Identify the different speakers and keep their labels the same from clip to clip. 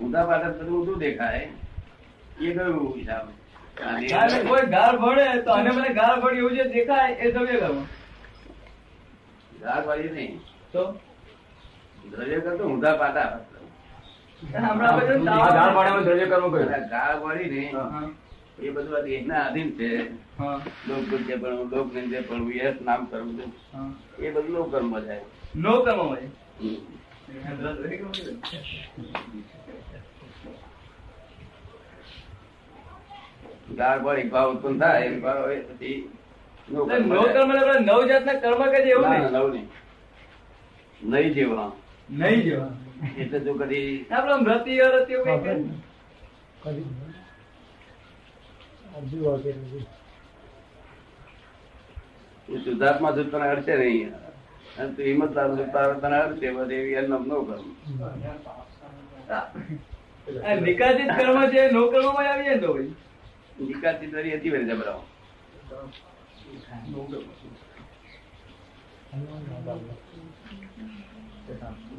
Speaker 1: ઊંધા પાછળ થતું ઊંધું દેખાય એ કયું હિસાબ અને
Speaker 2: જ્યારે કોઈ ગાળ ભળે તો અને મને ગાળ ભળી એવું જે દેખાય એ દ્રવ્ય કર્મ
Speaker 1: ધાર વાળી નહીં
Speaker 2: તો
Speaker 1: દ્રવ્ય કરતો ઊંધા પાટા
Speaker 2: હમણાં બધું
Speaker 3: આ ગાળ
Speaker 2: દાવ-
Speaker 3: પાડવાનું દ્રવ્ય કર્મ કયું?
Speaker 1: ગાળ વાળી ને
Speaker 2: હા,
Speaker 1: એ બધું આ દેહના આધીન છે
Speaker 2: હા,
Speaker 1: લોકગુજ્ય પણ લોકનિંદ્ય પણ વ્યર્થ નામ કર્મ છે.
Speaker 2: હા.
Speaker 1: એ બધું લોક કર્મ જાય
Speaker 2: નો કર્મ હોય
Speaker 1: હમ. ગાળ વાળી ભાવ ઉત્પન્ન થાય એ ભાવ એ પછી નો
Speaker 2: એટલે
Speaker 1: કર્મ જાય.
Speaker 2: નો કર્મ એટલે પેલા નવ જાતના કર્મ કે છે એવું
Speaker 1: ના,
Speaker 2: નહીં
Speaker 1: ના, નવું નહીં. નહીં જીવવા
Speaker 2: નહીં જેવા
Speaker 1: એટલે જો કદી
Speaker 2: આપડે આમ રતિ અરતિ એવું કંઈ છે?
Speaker 1: તું શુદ્ધાત્મા છું તને અડશે નહીં અને તું હિંમતદાર છું તારે તને અડશે બસ એવી એનો નો કર્મ
Speaker 2: આ નિકાસિત કર્મ છે નો કર્મ માં આવીએ ને તો ભાઈ
Speaker 1: નિકાસી દરી હતી વેરી જબરાઓ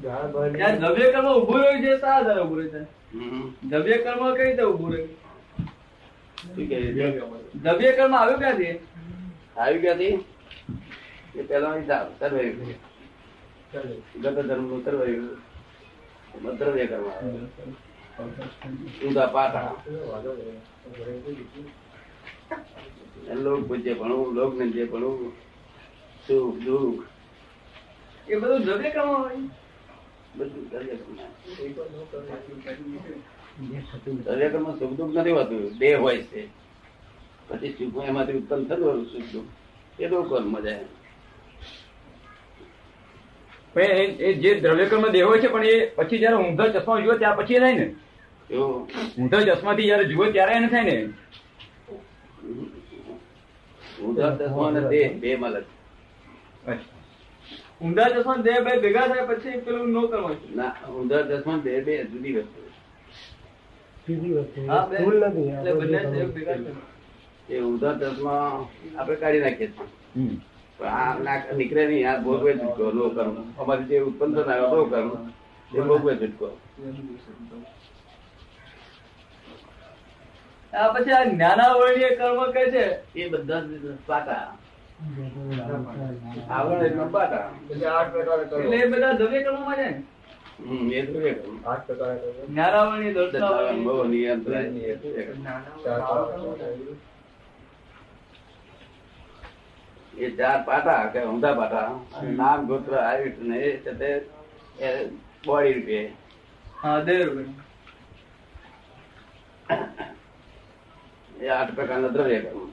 Speaker 2: જ્યાં દ્રવ્ય કર્મ ઉભું રહ્યું છે શા આધારે ઉભું રહ્યું છે
Speaker 1: હમ.
Speaker 2: દ્રવ્ય કર્મ કઈ રીતે ઉભું રહ્યું
Speaker 1: શું કહે
Speaker 2: દ્રવ્ય કર્મ આવ્યું ક્યાંથી
Speaker 1: આવી ક્યાંથી એ પહેલા હિસાબ સર્વૈવ ગત ધર્મનું સર્વૈવ મધ્રવ્ય કર્મ આવે ઊંધા પાટા લોક પૂજ્ય ભણવું લોક નિંદ્ય ભણવું સુખ દુઃખ
Speaker 2: એ બધું દ્રવ્ય કર્મ હોય
Speaker 1: બધું દ્રવ્ય કર્મ દ્રવ્ય કર્મ સુખ દુઃખ નથી હોતું દેહ હોય છે પછી સુખ એમાંથી ઉત્પન્ન થતું હોય સુખ દુઃખ એ લોક કર્મ જાય
Speaker 3: પણ એ- એ જે દ્રવ્ય કર્મ દેહ હોય છે પણ એ પછી જયારે ઊંધા ચશ્મા જુઓ ત્યાર પછી એ થાય ને
Speaker 1: એવું
Speaker 3: ઊંધા ચશ્માથી જયારે જુઓ ત્યારે એને થાય ને
Speaker 1: ઊંધા ચશ્મા અને દેહ બે મલક
Speaker 3: અચ્છા.
Speaker 2: ઊંધા ચશ્મા ને દેહ બે ભેગા થાય પછી પેલું નો કર્મ છે
Speaker 1: ના ઊંધા ચશ્મા અને દેહ બે જુદી વસ્તુ છે.
Speaker 2: હા, બે. એટલે બંને દેહ ભેગા
Speaker 1: એ
Speaker 2: થાય.
Speaker 1: ઊંધા ચશ્મા આપણે કાઢી નાખીએ છીએ
Speaker 3: હમ.
Speaker 1: પણ આ ના- નીકળે નહીં આ ભોગવે છૂટકો લો કર્મ અમારી જે ઉત્પન્ન થનારો લો કર્મ એ ભોગવે છૂટકો
Speaker 2: આ પછી આ જ્ઞાનાવરણીય કર્મ કહે છે
Speaker 1: એ બધા જ પાટા આવરણ એટલે પાટા
Speaker 2: એટલે એ બધા દ્રવ્ય કર્મ માં છે
Speaker 1: હમ, એ તો એક.
Speaker 2: જ્ઞાનાવરણીય
Speaker 1: દર્શાવવાનું
Speaker 2: દર્શાવણી
Speaker 1: બહુ નિયંત્રણ એ તો એક. એ ચાર પાટા કે ઊંધા પાટા અને નામ ગોત્ર આયુષ ને એ છે તે બોડી રૂપે
Speaker 2: હા દેહ રૂપે.
Speaker 1: એ આઠ પ્રકારના દ્રવ્ય કર્મ